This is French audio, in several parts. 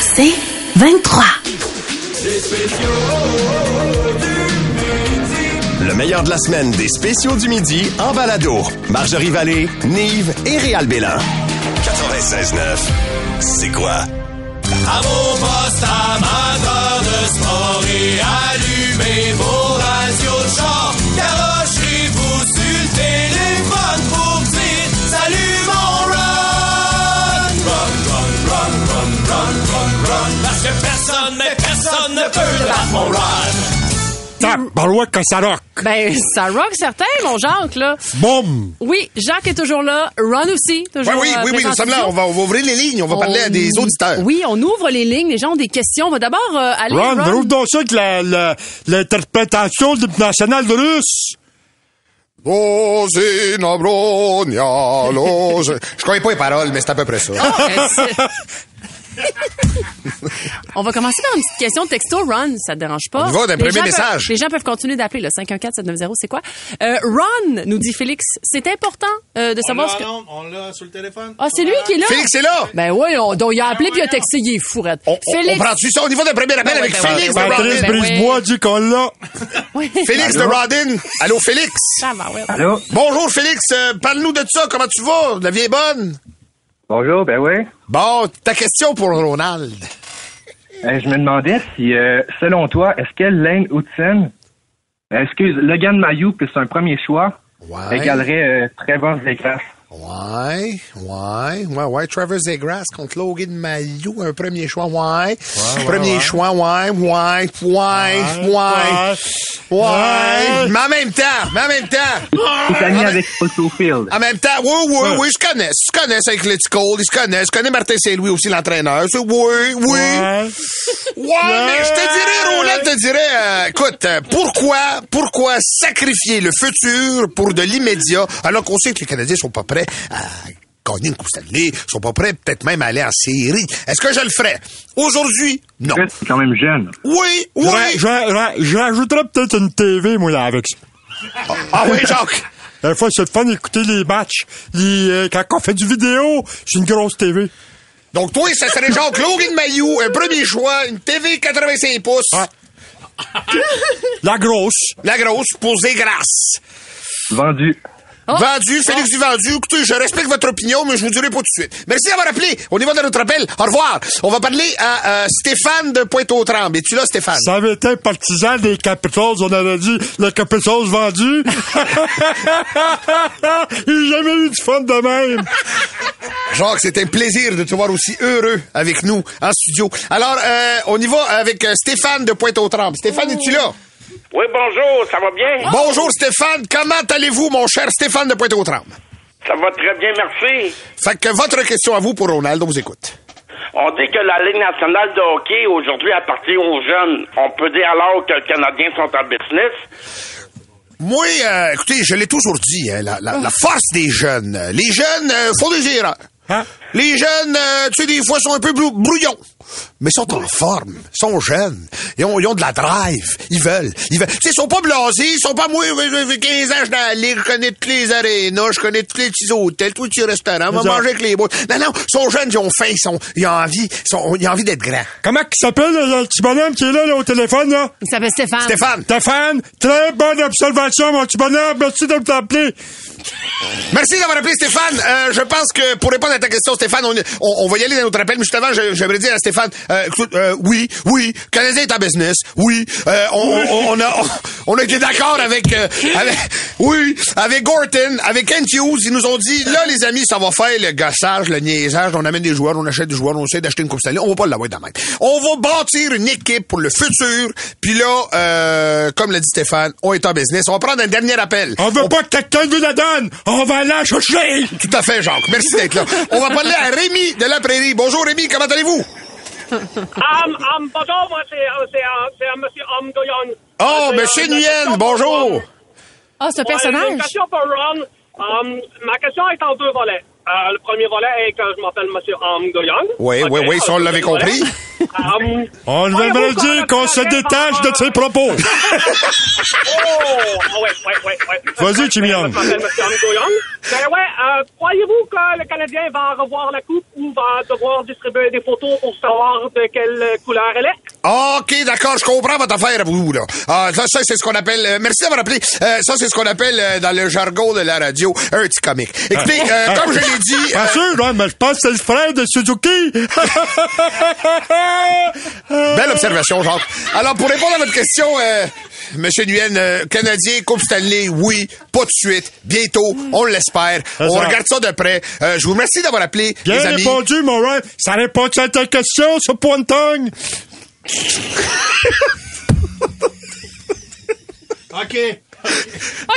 C'est 23. Le meilleur de la semaine des spéciaux du midi en balado. Marjorie Vallée, Nive et Réal Bélan. 96.9, c'est quoi? À vos postes amateurs de sport et allumez vos radios de char. Garochez-vous sur le téléphone pour dire Salut mon run! Run, run, run, run, run, run, run. Parce que personne, mais personne ne peut le battre mon run. Tabarouette que ça rock. Ben, ça rock certain, mon Jacques, là. Boum! Oui, Jacques est toujours là. Ron Oui, aussi, toujours oui, euh, oui, oui, présent nous sommes là. en On va, on va ouvrir les lignes. On va On- parler à des auditeurs. Oui, on ouvre les lignes. Les gens ont des questions. On va d'abord euh, aller. Ron, Ron. trouve donc ça que la- la- l'interprétation du hymne national de russe. Dozina Bronia, loge- Ah! Je connais pas les paroles, mais c'est à peu près ça. Euh, c'est- on va commencer par une petite question texto, Ron. Ça te dérange pas? On y va d'un Les premier gens message. peuvent- les gens peuvent continuer d'appeler, le 514-790, c'est quoi? Euh, Ron, nous dit Félix, c'est important euh, de Oh, savoir ce que. On l'a sur le téléphone. Ah, c'est lui qui est là? Félix est là. Ben oui, on, donc il a appelé puis il a texté, il est fourette. On, on- on prend-tu ça au niveau d'un premier appel Ben avec ouais, ben Félix ouais, de ben Euh, Patrice Rodin? ben Brisebois oui. dit qu'on l'a. Oui. Félix de Rodin. Allô, Félix. Ça va, ouais. Allô? Bonjour, Félix. Euh, Parle-nous de ça. Comment tu vas? La vie est bonne? Bonjour, ben oui. Bon, ta question pour Ronald. Euh, je me demandais si, euh, selon toi, est-ce que Lane Hudson, euh, excuse, Logan Mayou, plus un premier choix, Ouais. égalerait euh, Trevor Zegras? Ouais, ouais, ouais, ouais. Trevor Zegras contre Logan Mayou, un premier choix, ouais. premier choix, ouais, ouais, ouais, ouais, ouais. Ouais. Mais en même temps, mais en même temps, Il est ami avec Otto Field. en même temps, oui, oui, oui, je connais, je connais avec le petit Cole, je connais, je connais Martin Saint-Louis aussi, l'entraîneur. C'est Oui, oui, ouais, Ouais. mais je te dirais, Roland, je te dirais, euh, écoute, euh, pourquoi, pourquoi sacrifier le futur pour de l'immédiat, alors qu'on sait que les Canadiens sont pas prêts à gagner une Coupe Stanley, sont pas prêts peut-être même à aller en série. Est-ce que je le ferais? Aujourd'hui, non. En fait, il est quand même jeune. Oui, oui. J'ra- j'ra- j'ra- J'ajouterais peut-être une TV, moi, là, avec ça. Ah oui, Jacques. Des fois, c'est le fun d'écouter les matchs. Les, euh, quand on fait du vidéo, c'est une grosse TV. Donc, toi, ça serait Jean-Claude Maillot, un premier choix, une TV 85 pouces, La grosse. la grosse, posée grasse. Vendu. Vendu, Félix Duvendu, écoutez, je respecte votre opinion, mais je vous dirai pas tout de suite. Merci d'avoir appelé. On y va dans notre appel. Au revoir. On va parler à euh, Stéphane de Pointe-aux-Trembles. Es-tu là, Stéphane? Ça avait été un partisan des Capitals, on aurait dit le Capitals vendu. J'ai jamais eu du fun de même. Jacques, c'est un plaisir de te voir aussi heureux avec nous en studio. Alors, euh, on y va avec euh, Stéphane de Pointe-aux-Trembles. Stéphane, es-tu là? Oh. Oui, bonjour, ça va bien? Bonjour, Stéphane. Comment allez-vous, mon cher Stéphane de Pointe-aux-Trembles? Ça va très bien, merci. Fait que votre question à vous pour Ronald, on vous écoute. On dit que la Ligue nationale de hockey aujourd'hui appartient aux jeunes. On peut dire alors que les Canadiens sont en business. Moi, euh, écoutez, je l'ai toujours dit, hein, la, la- la force des jeunes. euh, Les jeunes euh, font des erreurs. Hein? Les jeunes, euh, tu sais, des fois, sont un peu brou- brouillons. Mais sont en forme, sont jeunes, ils ont, ils ont de la drive, ils veulent, ils veulent. Tu sais, ils sont pas blasés, ils sont pas moi, euh, j'ai 15 ans, je suis dans la ligue, je connais toutes les arénas, je connais tous les petits hôtels, tous les petits restaurants, on va Ça. manger avec les boys. Non, non, ils sont jeunes, ils ont faim, ils, sont, ils ont envie, ils, sont- ils ont envie d'être grands. Comment qu'il s'appelle le, le petit bonhomme qui est là, là, au téléphone, là? Il s'appelle Stéphane. Stéphane, Stéphane, très bonne observation, mon petit bonhomme. Merci de me t'appeler. Merci d'avoir appelé Stéphane. Euh, je pense que pour répondre à ta question, Stéphane, on, on- on va y aller dans notre appel. Mais juste avant, je- j'aimerais dire à Stéphane, euh, écoute, euh, oui, oui, le Canadien est en business. Oui, euh, on, on- on a, on, on a été d'accord avec, euh, avec- oui, avec Gorton, avec Kent Hughes. Ils nous ont dit, là, les amis, ça va faire le gossage, le niaisage. On amène des joueurs, on achète des joueurs, on essaie d'acheter une coupe Stanley. On va pas l'avoir dans la main. On va bâtir une équipe pour le futur. Puis là, euh, comme l'a dit Stéphane, on est en business. On va prendre un dernier appel. On veut pas que quelqu'un nous la donne. On va la chercher. Tout à fait, Jacques. Merci d'être là. On va parler à Rémi de la Prairie. Bonjour, Rémi. Comment allez-vous? Oh, bonjour, moi, c'est M. Homme Euh, Goyon. Ah, Oh, Monsieur Nguyen. Bonjour. Ah, c'est un personnage. pour Ron. Euh, ma question est en Euh, deux volets. le premier volet est que je m'appelle M. Homme Goyon. Oui, oui, oui. Ça, on l'avait compris. Oh. Hum, On devrait dire qu'on se détache de ses propos. oh, ouais, ouais, ouais, ouais. Vas-y, Jimmy Young. Je m'appelle M. Henri Goyon. Ben ouais, euh, croyez-vous que le Canadien va revoir la coupe ou va devoir distribuer des photos pour savoir de quelle couleur elle est? OK, d'accord, je comprends votre affaire, vous, là. Ah, ça, ça, c'est ce qu'on appelle... euh, merci d'avoir appelé. Euh, ça, c'est ce qu'on appelle, euh, dans le jargon de la radio, un petit comique. Écoutez, Ah. euh, comme je l'ai dit... euh, Pas sûr, hein, mais je pense que c'est le frère de Suzuki. Belle observation, Jacques. Alors, pour répondre à votre question, euh, Monsieur Nguyen, euh, Canadien, Coupe Stanley, oui, pas de suite, bientôt, on l'espère. C'est On ça. regarde ça de près. Euh, je vous remercie d'avoir appelé, Bien les amis. répondu, mon rêve. Ça répond à ta question, ce pointogne.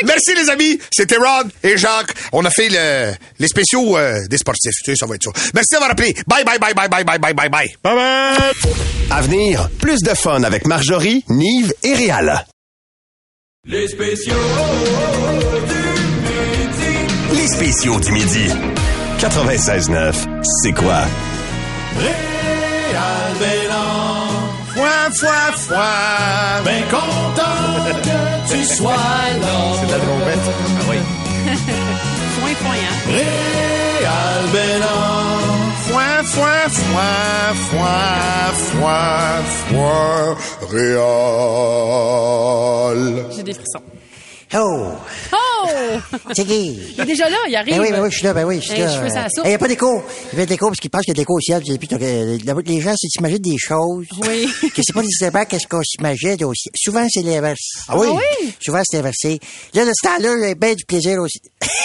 Merci, les amis. C'était Rod et Jacques. On a fait le- les spéciaux euh, des sportifs. Tu sais, ça va être ça. Merci d'avoir appelé. Bye, bye, bye, bye, bye, bye, bye, bye, bye. Bye bye. À venir, plus de fun avec Marjorie, Nive et Réal. Les spéciaux. Les spéciaux du midi. 96.9, c'est quoi? Réal Bélan, Foin, foin, foin. ben content que tu sois là. La trompette. Ah oui. Point, point, hein. Réal Bélan, Foin, foin, foin, foin, foin, foin, Réal. J'ai des frissons. Oh, Oh! c'est qui? Il est déjà là, il arrive. Eh, Ben oui, ben oui, je suis là, ben oui, je suis Hey, là. cheveux à la soupe. Il n'y a pas d'écho. Il y a pas d'écho parce qu'ils pensent qu'il y a de l'écho au ciel. Et puis, t'as- euh, la- les gens, c'est s'imaginent des choses. Oui. Que c'est pas nécessairement qu'est-ce qu'on s'imagine aussi. Souvent, c'est l'inverse. Ah oui? Ah oui? Souvent, c'est inversé. Là, de ce temps-là, j'ai bien du plaisir aussi.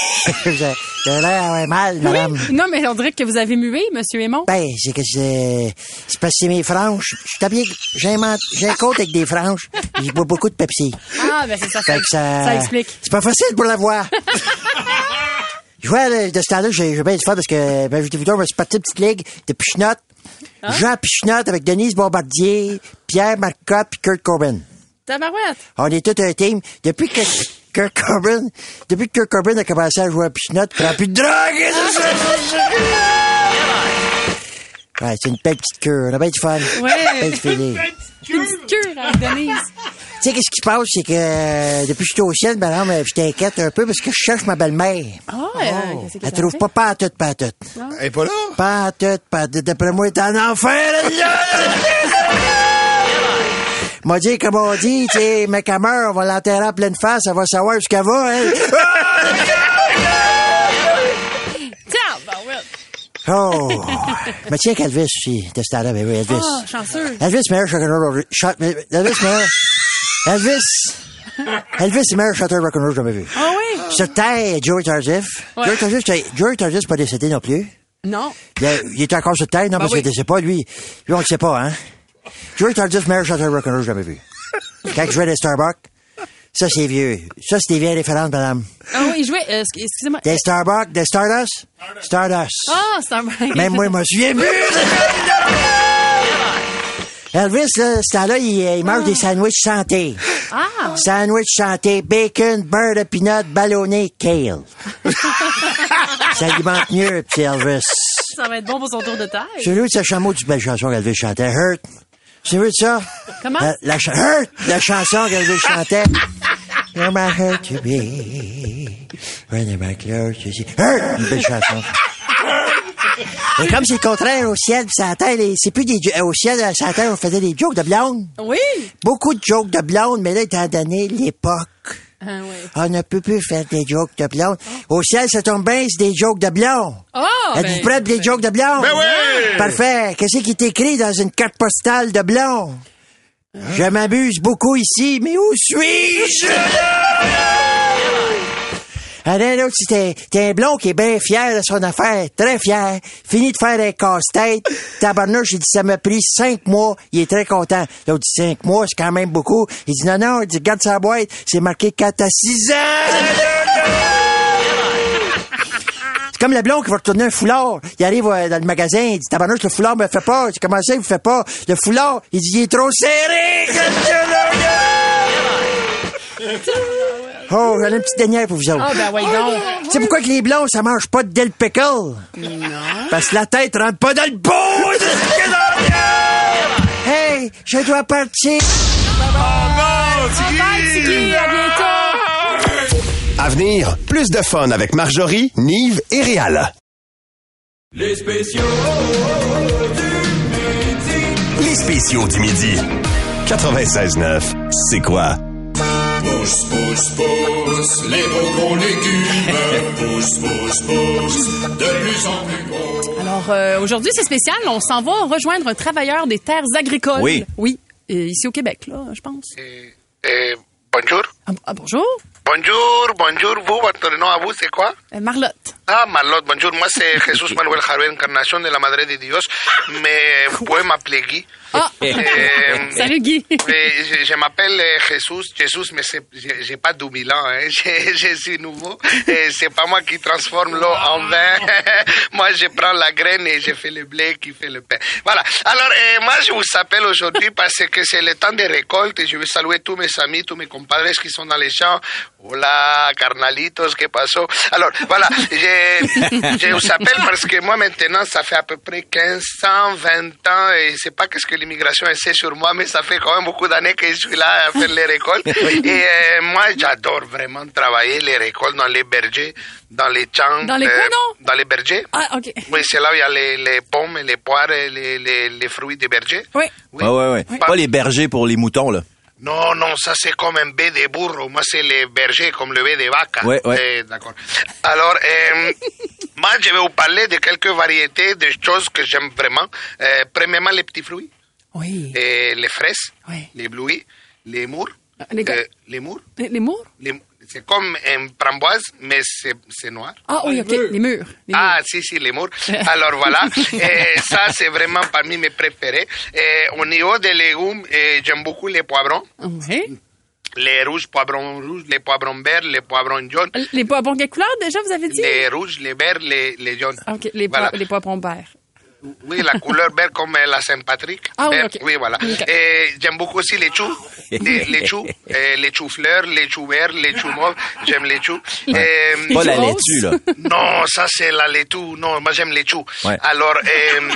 J'ai j'ai l'air euh, mal, madame. Oui. Non, mais on dirait que vous avez mué, Monsieur Aymon. Ben, c'est que c'est. C'est parce que c'est mes franges. Je suis habillé. J'ai un mant- j'ai un côte avec des franges. J'ai bois beaucoup de Pepsi. Ah, ben c'est ça, ça, Fait que ça, ça explique. C'est pas facile pour la voir. je vois, là, de ce temps-là, j'ai j'ai bien du fun parce que, ben, je vous dis, on va se partir une petite ligue de Pichenotte. Jean Pichenotte avec Denise Bombardier, Pierre Marcotte puis Kurt Corbin. Tabarouette. On est tout un team. Depuis que Kurt Corbin, depuis que Kurt Corbin a commencé à jouer à Pichenotte, il prend plus de drogue. et tout ça. Ouais, c'est une belle petite cure. On a bien du fun. Ouais. Bien du feeling. Une petite queue, avec Denise. Tu sais, qu'est-ce qui se passe, c'est que euh, depuis que je suis au ciel, madame, euh, je t'inquiète un peu parce que je cherche ma belle-mère. Ah, euh, qu'est-ce que Oh, Elle ça trouve fait? pas pantoute, pantoute. Ah. Elle est pas là? Pantoute, pantoute. D'après moi, elle est en enfer, elle là. M'a dit, comme on dit, tu sais, mec à meurt, on va l'enterrer en pleine face, elle va savoir où ce qu'elle va, elle. Tabarouette. Oh! Mais tiens qu'Elvis aussi, de ce temps-là, ben oui, Elvis. Ah, chanceux. Elvis, meilleur chanteur rock shot- Elvis, meilleur. Elvis! Elvis, c'est meilleur chanteur rock'n'roll que j'ai jamais vu. Ah oui? Sur Terre, Joey Tardif. Ouais. Joey Tardif, c'est- Joey Tardif, c'est pas décédé non plus. Non. Il, a- Ben, il est encore sur Terre, non, parce oui. que c'est pas lui. Lui, on le sait pas, hein. Joey Tardif, meilleur chanteur rock'n'roll que j'ai jamais vu. Quand je jouais à Starbucks, ça, c'est vieux. Ça, c'est des vieilles références, madame. Ah oui, il jouait. euh, excu- Excusez-moi. Des Starbucks, des Stardust? Stardust. Ah, c'est un Même moi, moi, je viens plus. Elvis, là, ce temps-là, il, euh, il mange des sandwichs santé. Ah! Sandwich santé, bacon, beurre de peanut, ballonné, kale. Ça alimente mieux, petit Elvis. Ça va être bon pour son tour de taille. C'est lui de ce chameau du belle chanson qu'Elvis chantait, Hurt. C'est lui de ça? Comment? La, la cha- Hurt! La chanson qu'Elvis chantait. You're my hurt to be. When you're my close to see. Hurt! Hein! Une belle chanson. Et comme c'est le contraire au ciel, pis ça terre, les- c'est plus des, jo- au ciel, ça terre, on faisait des jokes de blonde. Oui! Beaucoup de jokes de blonde, mais là, étant donné l'époque, Ah oui. on ne peut plus faire des jokes de blonde. Au ciel, ça tombe bien, c'est des jokes de blonde. Ah! Êtes-vous ben, prête pour les jokes de blonde? Ben oui! Parfait. Qu'est-ce qui est écrit dans une carte postale de blonde? Je m'abuse beaucoup ici, mais où suis-je? Alain, l'autre, c'était t'es un blond qui est bien fier de son affaire, très fier, fini de faire un casse-tête. Tabarnouche, il dit, ça m'a pris cinq mois, il est très content. L'autre dit, cinq mois, c'est quand même beaucoup. Il dit, non, non, il dit, regarde sa boîte, c'est marqué 4 à 6 ans. C'est comme le blond qui va retourner un foulard. Il arrive euh, dans le magasin, il dit Tabarnouche, le foulard me fait pas. C'est comment ça, il me fait pas? Le foulard, il dit Il est trop serré! Oh, j'en ai une petite dernière pour vous autres. Ah, ben ouais, donc. Tu sais pourquoi que les blonds, ça mange pas de Del Pickle? Non. Parce que la tête rentre pas dans le pot! désolé, je dois partir. Bye, Tiki, à bientôt! À venir, plus de fun avec Marjorie, Nive et Réal. Les spéciaux du Les spéciaux du midi. 96.9, c'est quoi? midi. Pousse, pousse, pousse, les beaux gros légumes. pousse, pousse, pousse, de plus en plus gros. Alors euh, aujourd'hui, c'est spécial. On s'en va rejoindre un travailleur des terres agricoles. Oui. Oui. euh, ici au Québec, là, je pense. Euh, bonjour. Ah, ah, bonjour, Bonjour, bonjour. Vous, votre nom à vous, c'est quoi? Euh, Marlotte. Ah, Marlot, bonjour. Moi, c'est Jesús Manuel Javier, encarnación de la Madre de Dios. Mais vous pouvez m'appeler Guy. Ah! Euh, Salut Guy. Mais Eh, je, je m'appelle euh, Jésus, Jésus, mais c'est- j'ai j'ai pas 2000 ans, hein. je, je suis nouveau, et c'est pas moi qui transforme l'eau en vin, moi je prends la graine et je fais le blé qui fait le pain. Voilà, alors euh, moi je vous appelle aujourd'hui parce que c'est le temps des récoltes et je veux saluer tous mes amis, tous mes compadres qui sont dans les champs. Hola, carnalitos, ¿qué pasó? Alors, voilà, je, je vous appelle parce que moi maintenant, ça fait à peu près 15 ans, 20 ans, et c'est pas qu'est-ce que l'immigration essaie sur moi, mais ça fait quand même beaucoup d'années que je suis là à faire les récoltes. Et euh, moi, j'adore vraiment travailler les récoltes dans les bergers, dans les champs. Dans les quoi, non? Dans les bergers. Ah, OK. Oui, c'est là où il y a les, les pommes, et les poires, et les, les, les fruits des bergers. Oui. Oui. Ouais, ouais, ouais. Pas les bergers pour les moutons, là. Non, non, ça c'est comme un bébé de burro. Moi c'est le berger comme le bébé de vaca. Ouais, ouais. Euh, D'accord. Alors, euh, moi je vais vous parler de quelques variétés de choses que j'aime vraiment. Euh, premièrement, les petits fruits, Oui. euh, les fraises, Ouais. les blouis, les mours. Euh, Ah, les gars- les mours. Les, les murs? les- c'est comme une framboise, mais c'est c'est noir. Ah oui, OK. Les murs. Les Ah, murs. si, si, les mours. Alors voilà, Eh, ça c'est vraiment parmi mes préférés. Eh, au niveau des légumes, eh, j'aime beaucoup les poivrons. Oui. Les rouges, poivrons rouges, les poivrons verts, les poivrons jaunes, Les pois bon, quelle couleur déjà, vous avez dit? les rouges, les verts, les, les jaunes. Ah, OK. Les, Voilà. pois, les poivrons verts. Oui, la couleur verte comme euh, la Saint-Patrick. Ah oui, Vert, ok. voilà. Ok. Et j'aime beaucoup aussi les choux. Les, les choux, euh, les choux fleurs, les choux verts, les choux mauves. J'aime les choux. Euh, Pas la roses. laitue, là. Non, ça c'est la laitue. Non, moi j'aime les choux. Ouais. Alors, euh,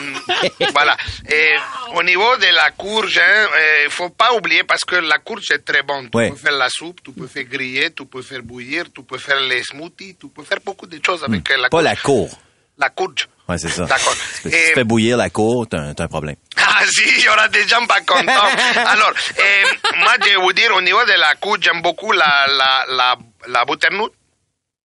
voilà. Et au niveau de la courge, il ne faut pas oublier parce que la courge est très bonne. Tu Ouais. peux faire la soupe, tu peux faire griller, tu peux faire bouillir, tu peux faire les smoothies, tu peux faire beaucoup de choses avec euh, la Pas courge. la cour. La courge. Ouais, c'est ça. D'accord. Si tu Et- fais bouillir la cour, t'as un, t'as un problème. Ah si, il y aura des gens pas contents. Alors, euh, moi je vais vous dire, au niveau de la courge, j'aime beaucoup la, la, la, la butternut.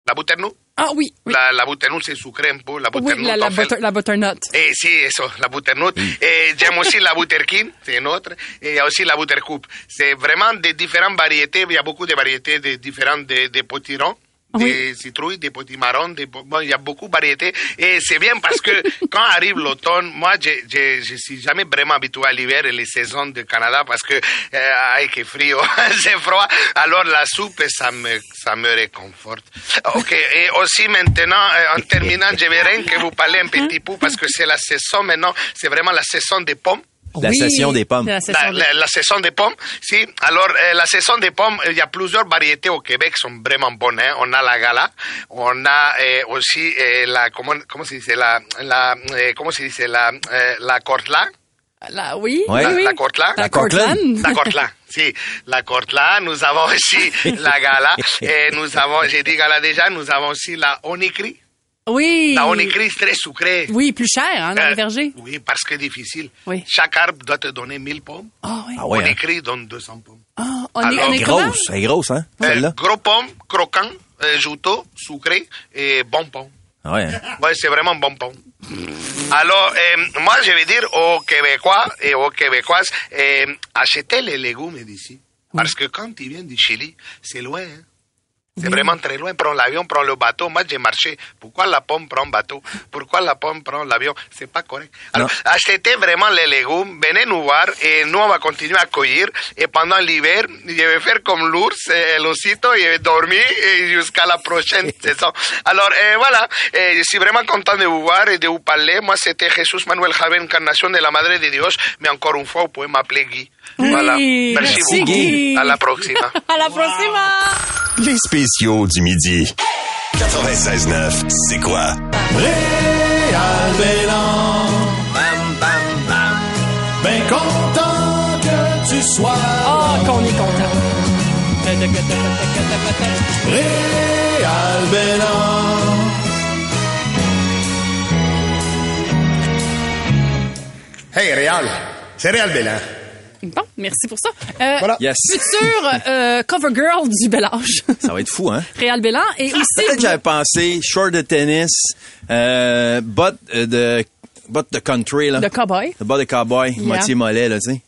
La butternut. Ah oui. Oui, La, la butternut, c'est sucré un peu. La Oui, butternut, la, la, on fait- butter- la butternut. Eh, sí, eso, la butternut. Eh, j'aime aussi la butterkin, c'est une autre. Et il y a aussi Eh, la buttercup. C'est vraiment des différentes variétés. Il y a beaucoup de variétés de différentes de, de potirons. Des citrouilles, des potimarrons, des po- bon, il y a beaucoup de variétés. Et c'est bien parce que quand arrive l'automne, moi, je, je, je suis jamais vraiment habitué à l'hiver et les saisons du Canada parce que, euh, aïe, que frio, c'est froid. Alors la soupe, ça me, ça me réconforte. Ok, et aussi maintenant, euh, en terminant, je vais rien que vous parler un petit peu parce que c'est la saison maintenant, c'est vraiment la saison des pommes. La Oui. session des pommes. La La, session des- la- la saison des pommes, si. Alors, euh, la saison des pommes, il y a plusieurs variétés au Québec qui sont vraiment bonnes. hein. On a la gala, on a euh, aussi euh, la, comment, comment se dit, la, la, euh, comment se dit, la, euh, la cortla. la- oui. Ouais. oui, oui. La Cortland. La La Cortland. Cortland. La Cortla, si. La Cortla, nous avons aussi la gala. Et nous avons, j'ai dit gala déjà, nous avons aussi la onicri. Oui. La onicri est très sucrée. Oui, plus cher, hein, dans Euh, les vergers. oui, parce que difficile. Oui. Chaque arbre doit te donner 1000 pommes. Ah oui. Ah ouais, hein. Onicri donne 200 pommes. Ah, on est, on Alors, est comment? Grosse, elle est grosse, hein, Euh, celle-là. gros pomme, croquant, euh, juteux, sucré et bon pomme. Ah Ouais. hein. Ouais, c'est vraiment bon pomme. Alors, euh, moi, je vais dire aux Québécois et aux Québécoises, euh, achetez les légumes d'ici. Parce que quand ils viennent du Chili, c'est loin. hein. C'est vraiment très loin. Prends l'avion, prends le bateau. Moi, j'ai marché. Pourquoi la pomme prend bateau Pourquoi la pomme prend l'avion C'est pas correct. Alors, achetez vraiment les légumes. Venez nous voir et nous, on eh, va continuer à cueillir. Et pendant l'hiver, je vais faire comme l'ours, et l'ossito, et je vais eh, dormir et jusqu'à la prochaine saison. Alors, euh, voilà. Euh, je suis vraiment content de vous voir et de vous parler. Moi, c'était Jesús Manuel Javé, Encarnación de la Madre de Dios. Mais encore une fois, vous pouvez m'appeler Guy. Oui, pues, voilà. merci, Guy. À la prochaine. À la prochaine! Les spéciaux du midi. 96.9, c'est quoi? Réal Bélan. Bam, bam, bam. Ben content du soir. Ah, qu'on est content. Réal Bélan. Hey, Réal. C'est Réal Bélan. Bon, merci pour ça. Euh, Voilà. Yes. Futur euh, cover girl du bel âge, Ça va être fou, hein? Réal Bélan. Et Peut-être que aussi, j'avais pensé short de tennis, euh, bottes euh, de bottes de country là. de cowboy. Le bas de cowboy, moitié mollet, là, tu sais.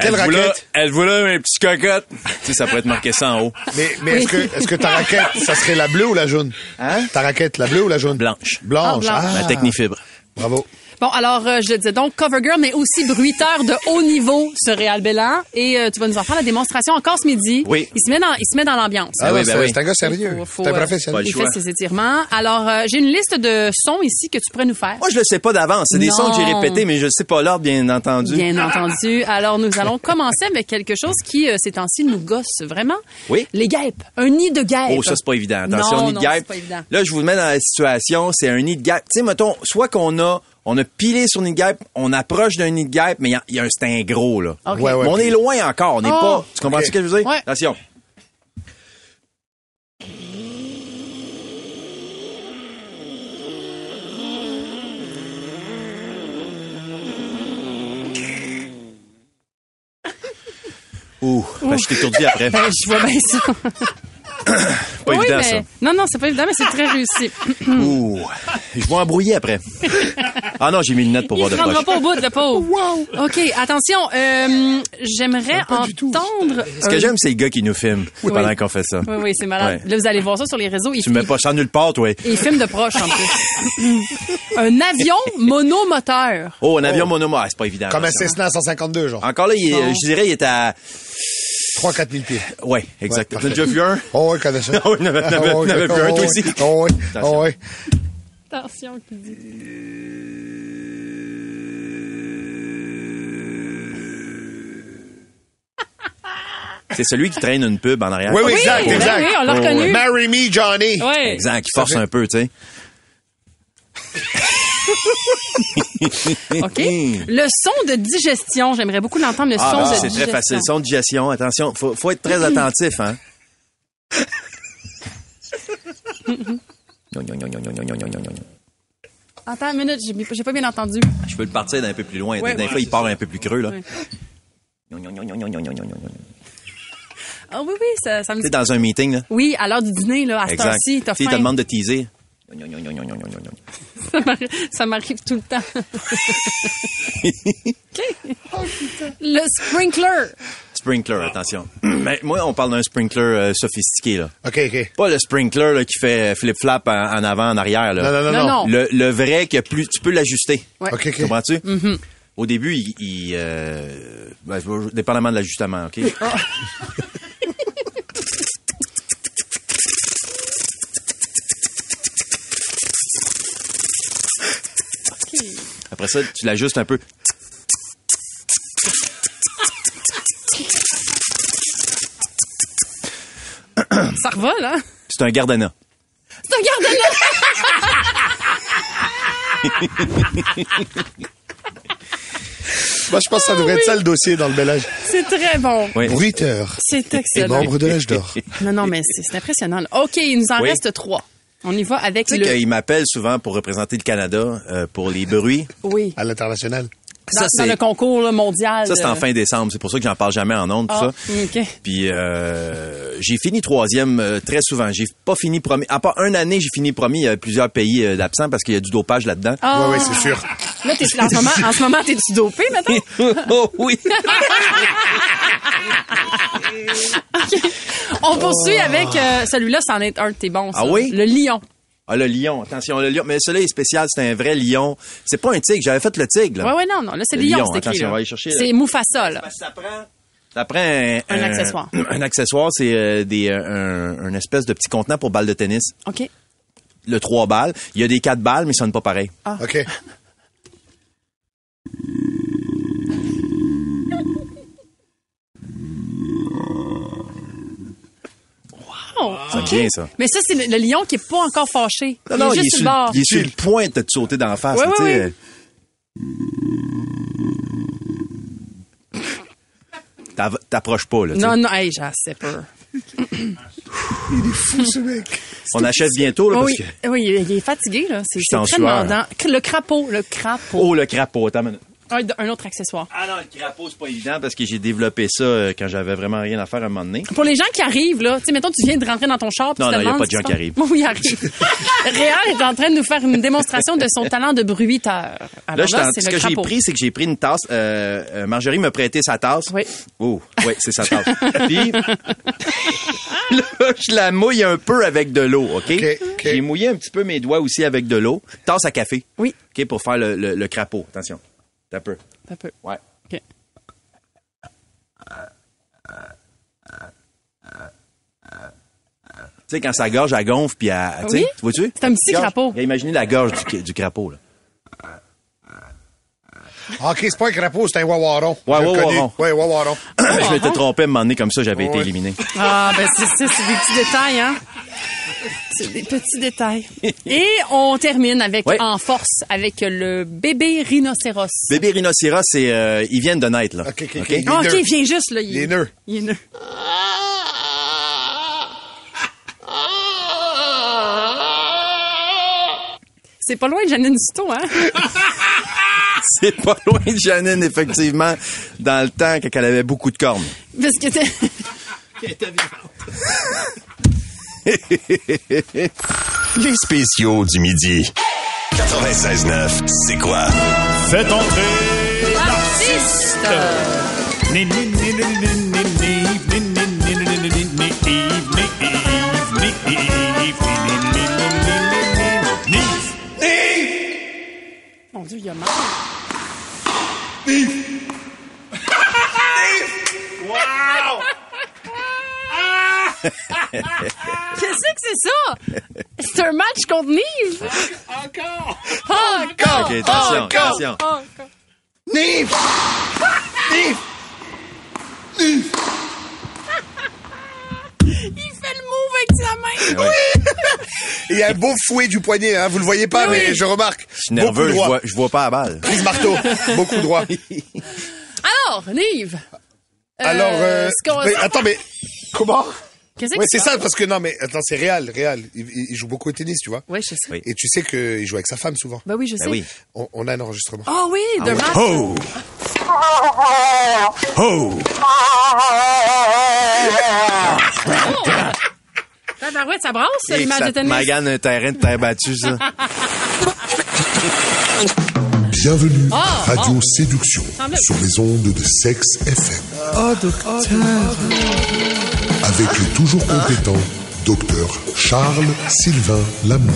Quelle Elle voulait, raquette? elle voulait mes petits cocottes. tu sais, ça pourrait être marqué ça en haut. Mais, mais est-ce que, est-ce que ta raquette, ça serait la bleue ou la jaune? Hein? Ta raquette, la bleue ou la jaune? Blanche. Blanche. Ah, blanche. La technifibre. Bravo. Bon, alors, euh, je le disais donc, cover girl, mais aussi bruiteur de haut niveau, ce Réal Bélan. Et euh, tu vas nous en faire la démonstration encore ce midi. Oui. Il se met dans, il se met dans l'ambiance. Ah oui, c'est, ben oui. c'est un gars sérieux. Faut- faut, c'est un euh, professionnel. pas Il le choix. fait ses étirements. Alors, euh, j'ai une liste de sons ici que tu pourrais nous faire. Moi, je le sais pas d'avance. C'est des Non. sons que j'ai répétés, mais je sais pas l'ordre, bien entendu. Bien entendu. Alors, nous allons commencer avec quelque chose qui, euh, ces temps-ci, nous gosse vraiment. Oui. Les guêpes. Un nid de guêpes. Oh, ça, c'est pas évident. Attention, Non, nid de non, guêpe. c'est pas évident. Là, je vous mets dans la situation, c'est un nid de guêpe. Tu sais, mettons, soit qu'on a, on a pilé sur nid de guêpe, on approche d'un nid de guêpe, mais il y a- il y, a un sting gros, là. Ok. Ouais, ouais. Mais on est loin encore, on n'est Oh. pas. Tu comprends ce que je veux dire? Ouais. Attention. Ouh, ben, je t'étourdis après. Ben, je vois bien ça. Pas oui, évident, mais... ça. Non, non, c'est pas évident, mais c'est très réussi. Ouh, je vais embrouiller après. Ah non, j'ai mis une note pour Il voir se de rendra poche. pas au bout de la peau. OK, attention. euh, J'aimerais entendre... Ce que j'aime, c'est le gars qui nous filme pendant Oui. qu'on fait ça. Oui, oui, c'est malade. Ouais. Là, vous allez voir ça sur les réseaux. Il, Tu me mets pas ça nulle part, toi. il filme de proche, en plus. un avion monomoteur. Oh, un avion monomo, ah, c'est pas évident. Comme un attention. Cessna 152, genre. Encore là, il est- euh, je dirais, il est à... 3-4 000 pieds. Ouais, exact. Ouais, T'as déjà vu un? Oh, oui, connais ça. Ah oui, il y en avait- il y en avait- il y en avait plus un, toi aussi. Oh, oui, Attention. oh, oui. Attention, qui dit. C'est celui qui traîne une pub en arrière. Oui, oui, Oui, exact, ben exact. oui, Oh. on l'a Oh, Ben, reconnu. Marry me, Johnny. Ouais. Exact, qui force un peu, tu sais. OK. Le son de digestion, j'aimerais beaucoup l'entendre, le Mm. Ah, son ben, de c'est digestion. très facile. Son de digestion, attention, faut, faut être très attentif, hein. Attends une minute, j'ai j'ai pas bien entendu. Je peux le partir d'un peu plus loin. Ouais, des ouais, fois, il part un peu plus creux, là. Ouais. T'es Ah oui, oui, ça, ça me dit. dans un meeting, là. Oui, à l'heure du dîner, là, à cette Exact. heure-ci, t'as Tu sais, il te faim. demande de teaser. Ça m'arrive- Ça m'arrive tout le temps. OK. Le sprinkler. Sprinkler, attention. Mais moi, on parle d'un sprinkler euh, sophistiqué, là. OK, OK. Pas le sprinkler là, qui fait flip-flap en, en avant, en arrière. Là. Non, non, non, Non, non. non. Le, le vrai que plus tu peux l'ajuster. Ouais. Mm-hmm. OK, OK. Comprends-tu? Au début, il, il, euh, ben, je- dépendamment de l'ajustement, OK? Ah. Après ça, tu l'ajustes un peu. Ça revole, hein? C'est un gardana. C'est un garde-là! Moi, je pense que ça devrait être Oh, ça, le dossier dans le bel âge. C'est très bon. Oui. Bruiteur C'est et excellent. membre de l'âge d'or. Non, non, mais c'est c'est impressionnant. là. OK, il nous en Oui. reste trois. On y va avec Tu sais le... qu'il m'appelle souvent pour représenter le Canada euh, pour les bruits. Oui. À l'international. Dans, Ça, dans c'est- le concours là, mondial. Ça, c'est en euh, fin décembre. C'est pour ça que j'en parle jamais en ondes, tout Ah, ça. OK. Puis euh, j'ai fini troisième euh, très souvent. J'ai pas fini premier. À part une année, j'ai fini premier. Il y a plusieurs pays euh, d'absents parce qu'il y a du dopage là-dedans. Ah. Ouais, ouais, c'est sûr. Là, t'es, en ce moment, en ce moment, t'es-tu dopé, maintenant? oh oui! On poursuit avec euh, celui-là, c'en est un de tes bons. ça. Ah oui? Le lion. Ah, le lion. Attention, le lion. Mais celui-là est spécial. C'est un vrai lion. C'est pas un tigre. J'avais fait le tigre. là. Ouais, ouais, non, non. Là, c'est Ah. Le lion, lion, c'est écrit. attention, là. on va aller chercher, là. C'est Mufasa, là. Parce que ça prend... Ça prend un, Un accessoire. Un accessoire, c'est euh, des euh, un, un espèce de petit contenant pour balle de tennis. OK. Ah, Le 3 balles. Il y a des 4 balles, mais ça sonne pas pareil. Ah, OK. Oh, Ça OK. me vient, ça. Mais ça, c'est le, le lion qui est pas encore fâché. Non, non, il est il est, juste sur sur, le bord. il est sur le point de te sauter d'en face. Ouais, là, tu ouais, sais. ouais. t'approches pas. Là, tu sais. Non, non, hey, j'ai assez peur. On achève bientôt là, parce oui, que. oui, il est fatigué, là. C'est c'est en très sueur. demandant. Le crapaud, le crapaud. Oh le crapaud, attends une minute. Un, un autre accessoire. Ah non, le crapaud, c'est pas évident parce que j'ai développé ça euh, quand j'avais vraiment rien à faire à un moment donné. Pour les gens qui arrivent, là, tu sais, mettons, tu viens de rentrer dans ton char. puis Non, tu te non, y a demandes pas de si gens ton- qui arrivent. Oui, arrive. Réal est en train de nous faire une démonstration de son talent de bruiteur. Là, Alors je là, t'en- c'est ce le que j'ai crapaud. pris, c'est que j'ai pris une tasse. euh, euh, Marjorie me prêtait sa tasse. Oui. Oh, oui, c'est sa tasse. Puis, là, je la mouille un peu avec de l'eau, OK? ok. J'ai mouillé un petit peu mes doigts aussi avec de l'eau. Tasse à café. Oui. OK, pour faire le, le- le crapaud. Attention. T'as peu. Un peu. Ouais. OK. Tu sais, quand sa gorge, elle gonfle, puis elle. tu sais, Oui. Tu vois-tu? C'est un petit Gorge. crapaud. Imaginez la gorge du, du crapaud, là. OK, c'est pas un crapaud, c'est un wawaron. Ouais, Je le wawaron. connais. Ouais, wawaron. Ben, je m'étais trompé à un moment donné, comme ça, j'avais été Ouais. éliminé. Ah, ben c'est ça, c'est des petits détails, hein? C'est des petits détails. Et on termine avec, Ouais. en force, avec le bébé rhinocéros. Bébé rhinocéros, c'est, euh, ils viennent de naître, là. OK, OK, OK. OK? Ah, Les OK, nœuds. viens juste, là. Il Les nœuds. Il est nœud. C'est pas loin de Janine Duto, hein? C'est pas loin de Janine, effectivement, dans le temps qu'elle avait beaucoup de cornes. Parce que t'es- Les spéciaux du midi. 96.9, c'est quoi? Faites entrer Né, né, né, né, né, né, né, né, né, né, né, né, né, né, né, Yves, né, Yves, né, Yves, né, né, né, né, né, né, né, né, Yves. Mon Dieu, il y a marre. Wow! Qu'est-ce que c'est ça? C'est un match contre Nive! Encore! OK, attention, attention. Encore! Il fait le move avec sa main! Il y a un beau fouet du poignet, hein. Vous le voyez pas, mais je remarque. Je suis nerveux, Beaucoup je droit. vois, je vois pas la balle. Prise marteau. Beaucoup droit. Alors, Nive! Alors, euh, ce qu'on- mais attends, mais comment? Qu'est-ce que Ouais, c'est tu fais? ça, parce que non, mais attends, c'est réel, réel. Il, il- il joue beaucoup au tennis, tu vois. Oui, je sais. Oui. Et tu sais qu'il joue avec sa femme souvent. Ben oui, je sais. Ben oui. On, on a un enregistrement. Ah oui, de match. Oh! Oh! Oh! Tabarouette, ça brasse, Et l'image ça de te tennis. magane un terrain de terre battue, ça. Bienvenue Ah, à Radio Séduction Semble- sur les ondes de Sexe FM. Avec le toujours compétent docteur Charles Sylvain Lamour.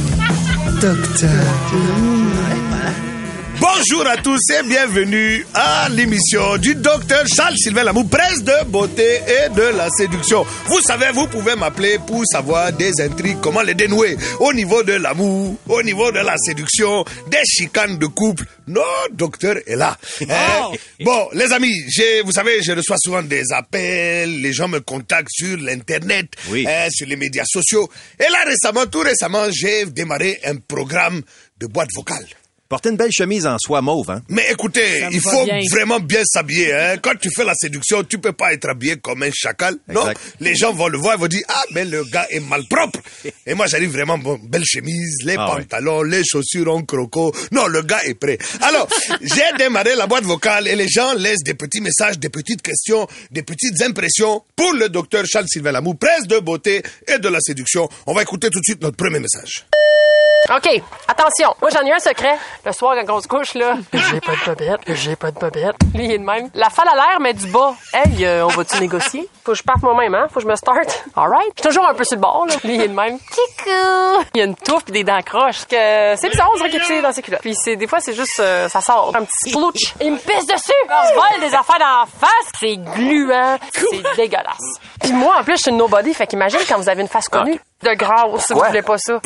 Bonjour à tous et bienvenue à l'émission du docteur Charles-Sylvain Lamour, presse de beauté et de la séduction. Vous savez, vous pouvez m'appeler pour savoir des intrigues, comment les dénouer au niveau de l'amour, au niveau de la séduction, des chicanes de couple. Notre docteur est là. Hein? Bon, les amis, j'ai- vous savez, je reçois souvent des appels, les gens me contactent sur l'Internet, Oui. hein, sur les médias sociaux. Et là, récemment, tout récemment, j'ai démarré un programme de boîte vocale. Porter une belle chemise en soie mauve, hein? Mais écoutez, Ça me il va faut bien. vraiment bien s'habiller. Hein? Quand tu fais la séduction, tu peux pas être habillé comme un chacal. Non, Exact. les gens vont le voir, ils vont dire ah mais le gars est malpropre. Et moi j'arrive vraiment bon, belle chemise, les Ah ouais. pantalons, les chaussures en croco. Non, le gars est prêt. Alors j'ai démarré la boîte vocale et les gens laissent des petits messages, des petites questions, des petites impressions pour le docteur Charles Sylvain Lamour, presse de beauté et de la séduction. On va écouter tout de suite notre premier message. OK, attention. Moi, j'en ai un secret. Le soir, quand on se couche, là, j'ai pas de bobette, j'ai pas de bobette. Lui, il est de même. La falle à l'air, mais du bas. Hey, euh, on va-tu négocier? Faut que je parte moi-même, hein? Faut que je me start. All right. Je suis toujours un peu sur le bord, là. Lui, il est de même. Kikou! Il a une touffe pis des dents croches. que C'est bizarre, on dirait qu'il est dans ses culottes. Puis c'est, des fois, c'est juste, euh, ça sort. Un petit plouch. Il me pisse dessus! On se vole des affaires dans la face. C'est gluant. C'est dégueulasse. Puis moi, Ah. en plus, je suis une nobody. Fait qu'imagine quand vous avez une face connue. De grâce, si vous voulez pas ça.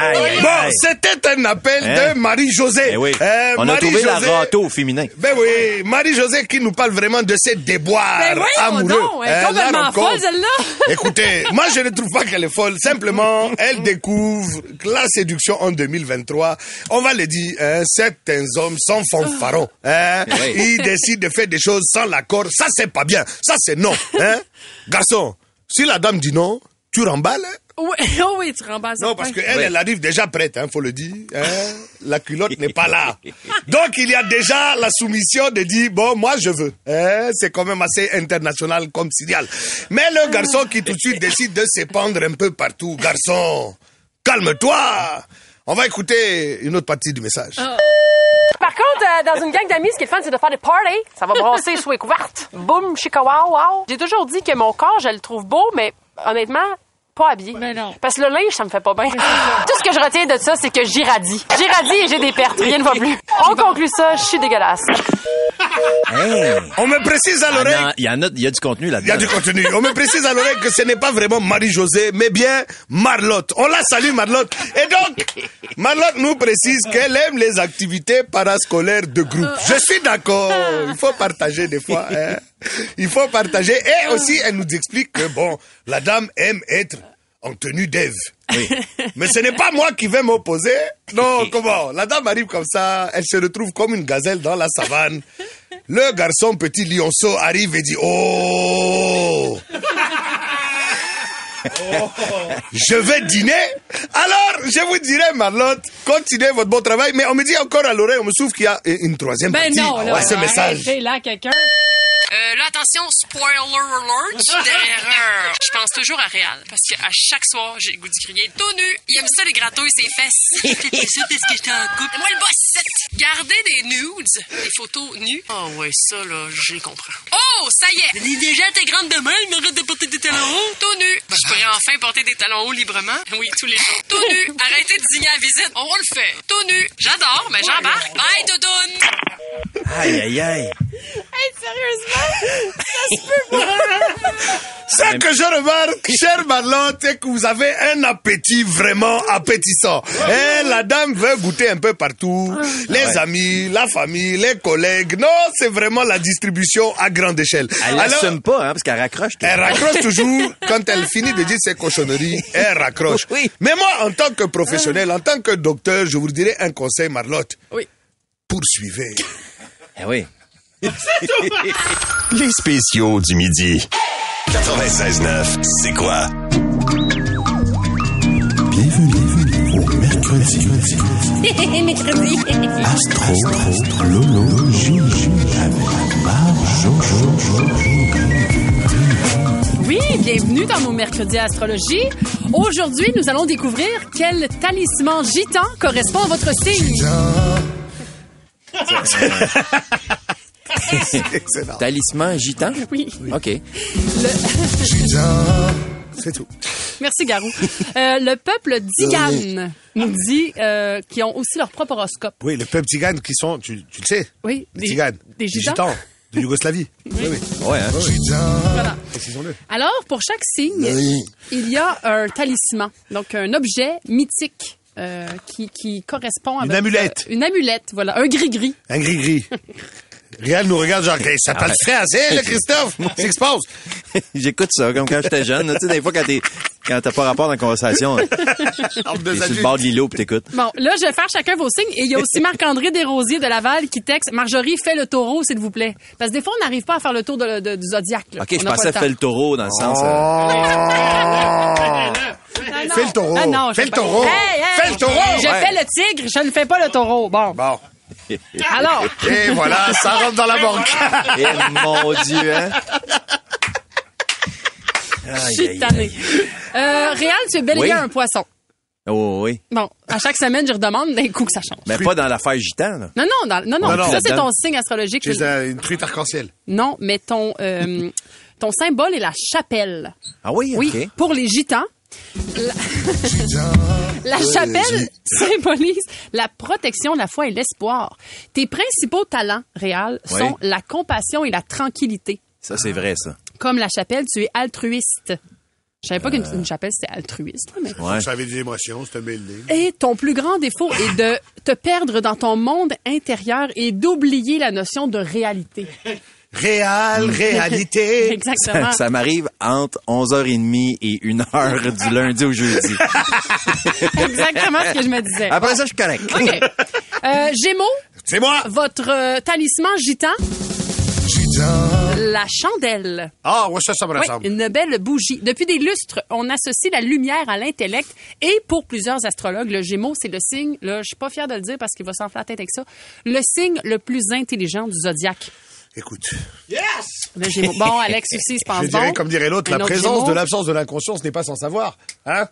Aïe, aïe, Bon, aïe. c'était un appel Hein? de Marie-Josée. Eh oui. Euh, On a trouvé la Marie-Josée- râteau au féminin. Ben oui, Marie-Josée qui nous parle vraiment de ses déboires Ben oui, oh amoureux. non, elle est Euh, complètement la rencontre. folle, celle-là. Écoutez, moi je ne trouve pas qu'elle est folle. Simplement, elle découvre la séduction en 2023. On va le dire, hein, certains hommes sont fanfarons. Ah. Hein, Oui. Eh Ils décident de faire des choses sans l'accord. Ça c'est pas bien. Ça c'est non. Hein. Garçon, si la dame dit non, tu remballes. hein. Oui, oh oui, tu remballes ça. Non, parce qu'elle, elle arrive déjà prête, hein, faut le dire. hein. La culotte n'est pas là. Donc, il y a déjà la soumission de dire, bon, moi, je veux. Hein, C'est quand même assez international comme signal. Mais le garçon qui tout de suite décide de s'épandre un peu partout, garçon, calme-toi. On va écouter une autre partie du message. Par contre, euh, dans une gang d'amis, ce qui est le fun, c'est de faire des parties. Ça va brasser sous les couvertes. Boum, chica, wow, wow. J'ai toujours dit que mon corps, je le trouve beau, mais honnêtement, pas habillé. Parce que le linge, ça me fait pas bien. Tout ce que je retiens de ça, c'est que j'irradie. J'irradie et j'ai des pertes. Rien ne va plus. On conclut ça, je suis dégueulasse. On me précise à l'oreille. Ah, Il y, en a- il y a du contenu Il y là-dedans. a du contenu. On me précise à l'oreille que ce n'est pas vraiment Marie-Josée, mais bien Marlotte. On la salue, Marlotte. Et donc, Marlotte nous précise qu'elle aime les activités parascolaires de groupe. Je suis d'accord. Il faut partager des fois. hein. Il faut partager. Et aussi, elle nous explique que, bon, la dame aime être en tenue d'Ève. Mais ce n'est pas moi qui vais m'opposer. Non, comment La dame arrive comme ça, elle se retrouve comme une gazelle dans la savane. Le garçon petit lionceau arrive et dit Oh je vais dîner. Alors, je vous dirai, Marlotte, continuez votre bon travail. Mais on me dit encore à l'oreille, on me souffle qu'il y a une troisième Ben partie non, là. à ce message. arrêtez, là, quelqu'un. Euh, là, attention, spoiler alert, d'erreur. Je pense toujours à Réal, parce qu'à chaque soir, j'ai le goût de crier tout nu. Il aime ça, les gratouilles, ses fesses. Et ça, parce que j'étais en couple. Moi, le boss, Garder des nudes, des photos nues. Oh, ouais, ça, là, j'ai compris. Oh, ça y est. Dis Déjà, t'es grande de même, mais arrête de porter des talons hauts, tout nu. je pourrais enfin porter des talons hauts librement. Oui, tous les jours. Tout nu. Arrêtez de signer à visite. On le fait. Tout nu. J'adore, mais j'embarque. Bye, doudoune. Aïe, aïe, aïe. Hey, sérieusement? Ça se peut Ce que je remarque, chère Marlotte, c'est que vous avez un appétit vraiment appétissant. Et la dame veut goûter un peu partout. Les amis, la famille, les collègues. Non, c'est vraiment la distribution à grande échelle. Elle Alors, l'assume pas, hein, parce qu'elle raccroche. elle raccroche toujours quand elle finit de dire ses cochonneries. Elle raccroche. Mais moi, en tant que professionnel, en tant que docteur, je vous dirais un conseil, Marlotte. Oui. Poursuivez. Eh oui. Les spéciaux du midi. 96.9, c'est quoi? Bienvenue au mercredi Ah astrologie avec Oui, bienvenue dans mon mercredi astrologie. Aujourd'hui, nous allons découvrir quel talisman gitan correspond à votre signe. Excellent. Talisman gitan? Oui. OK. C'est tout. Merci, Garou. Euh, le peuple d'Igane nous dit euh, qu'ils ont aussi leur propre horoscope. Oui, le peuple tigane qui sont, tu, tu le sais. Oui, Les des- tiganes. des Les gitans. De Yougoslavie. Oui, oui. Ouais, hein. Voilà. Précisons-le. Alors, pour chaque signe, Oui. il y a un talisman, donc un objet mythique euh, qui, qui correspond à Une votre- euh, amulette. une amulette, voilà, un gris-gris. Un gris-gris. Réal nous regarde genre, Hey, ça parle français, là, Christophe? C'est que se passe? J'écoute ça comme quand j'étais jeune. là. Tu sais, des fois, quand t'es- quand t'as pas rapport dans la conversation, hein, t'es sur le bord de l'îlot pis t'écoutes. Bon, là, je vais faire chacun vos signes. Et il y a aussi Marc-André Desrosiers de Laval qui texte Marjorie, fais le taureau, s'il vous plaît. Parce que des fois, on n'arrive pas à faire le tour de, le- de- du zodiaque. là. OK, On je n'a pas pensais temps. faire le taureau dans le sens... Oh! Ah, non. Fais le taureau. Ah, non, je Fais sais le pas. taureau. Hey, hey, Fais le taureau. Je Ouais. fais le tigre, je ne fais pas le taureau. Bon. Bon. Alors. Et voilà, ça rentre dans la banque. Eh, mon Dieu, hein? Je Aïe, suis aïe, tannée. Euh, Réal, tu es bel et Oui. bien un poisson. Oh, oui. Bon, à chaque semaine, je redemande d'un coup que ça change. Mais Ben, pas dans l'affaire gitan, là. Non, non, dans- non, non, Non, non. Ça, c'est ton Là-dedans. signe astrologique. J'ai euh, une truite arc-en-ciel. Non, mais ton, euh, ton symbole est la chapelle. Ah oui, Oui, OK. pour les gitans. La, la Ouais, chapelle dis. symbolise la protection, la foi et l'espoir. Tes principaux talents, Réal, Oui. sont la compassion et la tranquillité. Ça, c'est vrai, ça. Comme la chapelle, tu es altruiste. Je savais pas qu'une Euh. une chapelle, c'était altruiste. là, mais- Ça avait des émotions, c'était building. Et ton plus grand défaut est de te perdre dans ton monde intérieur et d'oublier la notion de réalité. Mm. Réal, réalité. Exactement. Ça, ça m'arrive entre 11h30 et 1h du lundi au jeudi. Exactement ce que je me disais. Après ça, je suis correct. OK. Euh, Gémeaux. C'est moi. Votre euh, talisman gitan. Gitan. La chandelle. Ah, ouais, ça, ça me Oui, ressemble. une belle bougie. Depuis des lustres, on associe la lumière à l'intellect et pour plusieurs astrologues, le Gémeaux, c'est le signe, là, je suis pas fière de le dire parce qu'il va s'enfler la tête avec ça, le signe le plus intelligent du zodiaque. Écoute. Le Gémeaux. Bon, Alex aussi, je pense Je dirais, bon. comme dirait l'autre, Un la autre présence Gémeaux. de l'absence de l'inconscience n'est pas sans savoir. Hein?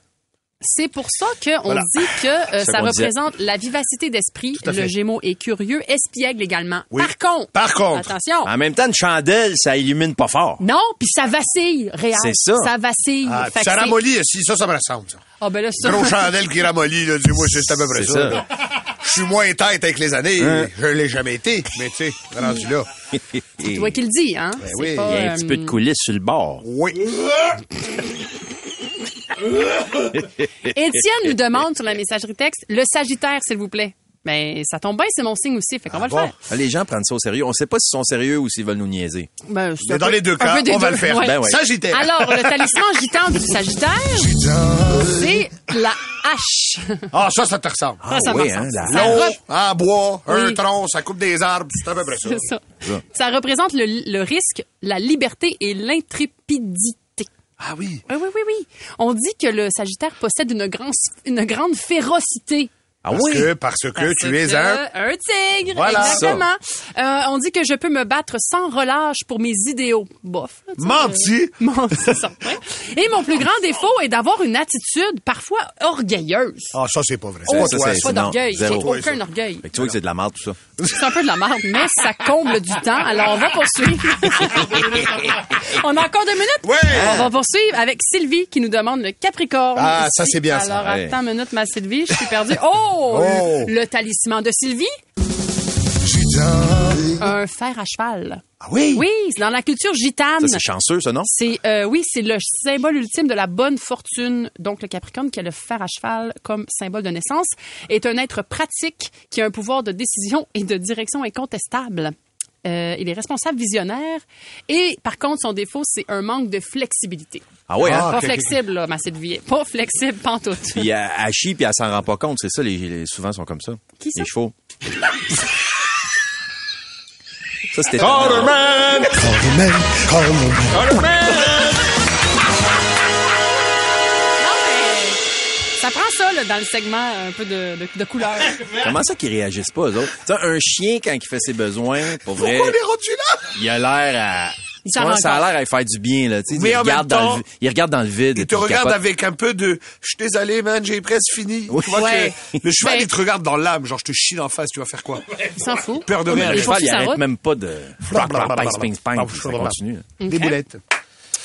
C'est pour ça qu'on Voilà. dit que euh, C'est ce ça qu'on disait. représente la vivacité d'esprit. à Le fait. Gémeaux est curieux, espiègle également. Oui. Par contre, Par contre. Ah. attention, En même temps, une chandelle, ça illumine pas fort. non, puis ça vacille, réel. C'est ça. Ça vacille. Ah, Fait puis ça que c'est- ramollit aussi, ça, ça me ressemble. Ça. Ah, ben là, ça- Gros chandelle qui ramollit, là, dis-moi, c'est à peu près C'est ça. ça. là. Je suis moins tête avec les années, Hein? je l'ai jamais été, mais tu sais, rendu là. C'est toi qui le dis, hein? Ben C'est oui, pas, Il y a un euh, petit peu de coulisses sur le bord. Oui. Étienne nous demande sur la messagerie texte le Sagittaire, s'il vous plaît. Mais ça tombe bien, c'est mon signe aussi, fait Ah qu'on va le faire. Les gens prennent ça au sérieux. On sait pas s'ils sont sérieux ou s'ils veulent nous niaiser. Ben, Mais dans les deux cas, on va le faire. Ben ouais. Sagittaire. Alors, le talisman gitan du Sagittaire, c'est la hache. Ah, ça, ça te ressemble. Ah, ça oui, me ressemble. hein, Ça Long, rep- en bois, un Oui. tronc, ça coupe des arbres, c'est à peu près hein. ça. C'est ça. Ça représente le, le risque, la liberté et l'intrépidité. Ah oui. Oui, oui, oui, oui. On dit que le Sagittaire possède une, grand- une grande férocité. Ah Parce que, parce que Parce tu es que un... un tigre. Voilà. Exactement. Euh, on dit que je peux me battre sans relâche pour mes idéaux. Bof. là, tu sais, Menti. euh, menti, c'est ça, ouais. Et mon plus grand défaut est d'avoir une attitude parfois orgueilleuse. Ah, ça, c'est pas vrai. Oh, Ça, ça, pas c'est- non, d'orgueil. J'ai zéro. aucun orgueil. Fait que tu vois que c'est de la merde, tout ça. C'est un peu de la merde, mais ça comble du temps. Alors, on va poursuivre. on a encore deux minutes? Oui. On va poursuivre avec Sylvie qui nous demande le Capricorne. Ah, ça, ici. c'est bien, ça. Alors, Ouais. attends une minute, ma Sylvie, je suis perdue. Oh! Oh. Le talisman de Sylvie. Un fer à cheval. Ah oui? Oui, c'est dans la culture gitane. Ça, c'est chanceux, ça, non? C'est euh, oui, c'est le symbole ultime de la bonne fortune. Donc le Capricorne qui a le fer à cheval comme symbole de naissance est un être pratique qui a un pouvoir de décision et de direction incontestable. Euh, il est responsable visionnaire et par contre son défaut c'est un manque de flexibilité. Ah ouais, hein? Pas Ah, ok, ok. flexible là, ma Sylvie. Pas flexible pantoute. Puis elle, elle chie, puis elle s'en rend pas compte. C'est ça, les, les- souvent, sont comme ça. Qui ça? Les chevaux. ça, c'était... Carmen! Carmen, Carmen. Ça prend ça là, dans le segment euh, un peu de, de, de couleur. Comment ça qu'ils réagissent pas, eux autres? Tu sais, un chien, quand il fait ses besoins, pour vrai, Pourquoi on est rendu là? il a l'air à... Il s'en Ouais, rend ça a compte. l'air à lui faire du bien, là. Tu sais, Mais il, en regarde même dans temps, le, vi- il regarde dans le vide. Il et te puis il regarde capote. avec un peu de « Je suis désolé, man, j'ai presque fini. Tu vois Ouais. que le cheval, Ben- il te regarde dans l'âme, genre « Je te chie en face, tu vas faire quoi? Il s'en fout. Peur de Oui, mais rien. les Le cheval, poursuites, il ça arrête roule. même pas de... Ping, ping, ping, puis ça continue. là. » Des boulettes.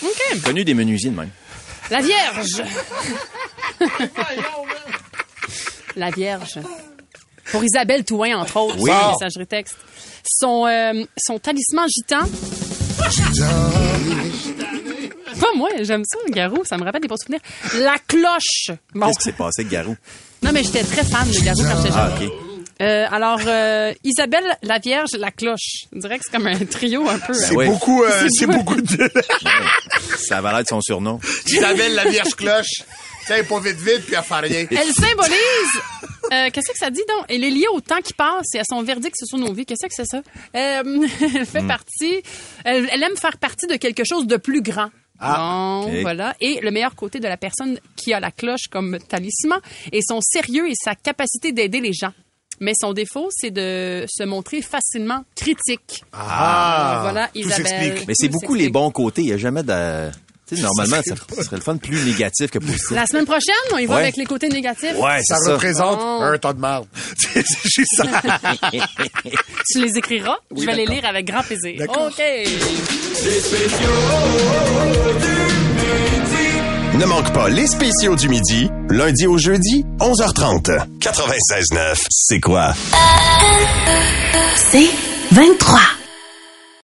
OK. Connu des menuisiers de même. La Vierge. La Vierge. Pour Isabelle Touin, entre autres, Oui. Ah. sur la messagerie texte. Son, euh, son talisman gitan. Pas moi, j'aime ça, le garou, ça me rappelle des bons souvenirs. La cloche. Bon. Qu'est-ce qui s'est passé, avec Garou? Non, mais j'étais très fan de garou quand j'étais jeune. Ah, OK. Euh, alors, euh, Isabelle, la Vierge, la cloche. Je dirais que c'est comme un trio un peu. hein. C'est oui. beaucoup, euh, c'est pas- beaucoup de... Ça avait l'air de son surnom. Isabelle, la Vierge Cloche. Tiens, pas vite, vite, puis à faire rien. Elle symbolise. Euh, Qu'est-ce que ça dit donc? Elle est liée au temps qui passe et à son verdict sur nos vies. Qu'est-ce que c'est ça? Euh, elle fait Hmm. partie. Elle, elle aime faire partie de quelque chose de plus grand. Bon, Ah, ok. voilà. Et le meilleur côté de la personne qui a la cloche comme talisman est son sérieux et sa capacité d'aider les gens. Mais son défaut, c'est de se montrer facilement critique. Ah, voilà, tout Isabelle. s'explique. Mais c'est Tout beaucoup les s'explique. bons côtés. Il n'y a jamais de. Tu sais, normalement, ça, ça serait le fun plus négatif que positif. La semaine prochaine, on y va Ouais. avec les côtés négatifs. Ouais, Ça c'est ça. représente Oh. un tas de marde. C'est juste ça. Tu les écriras. Je vais les lire avec grand plaisir. OK. Ne manque pas les spéciaux du midi, lundi au jeudi, 11h30. 96.9, c'est quoi? C'est 23.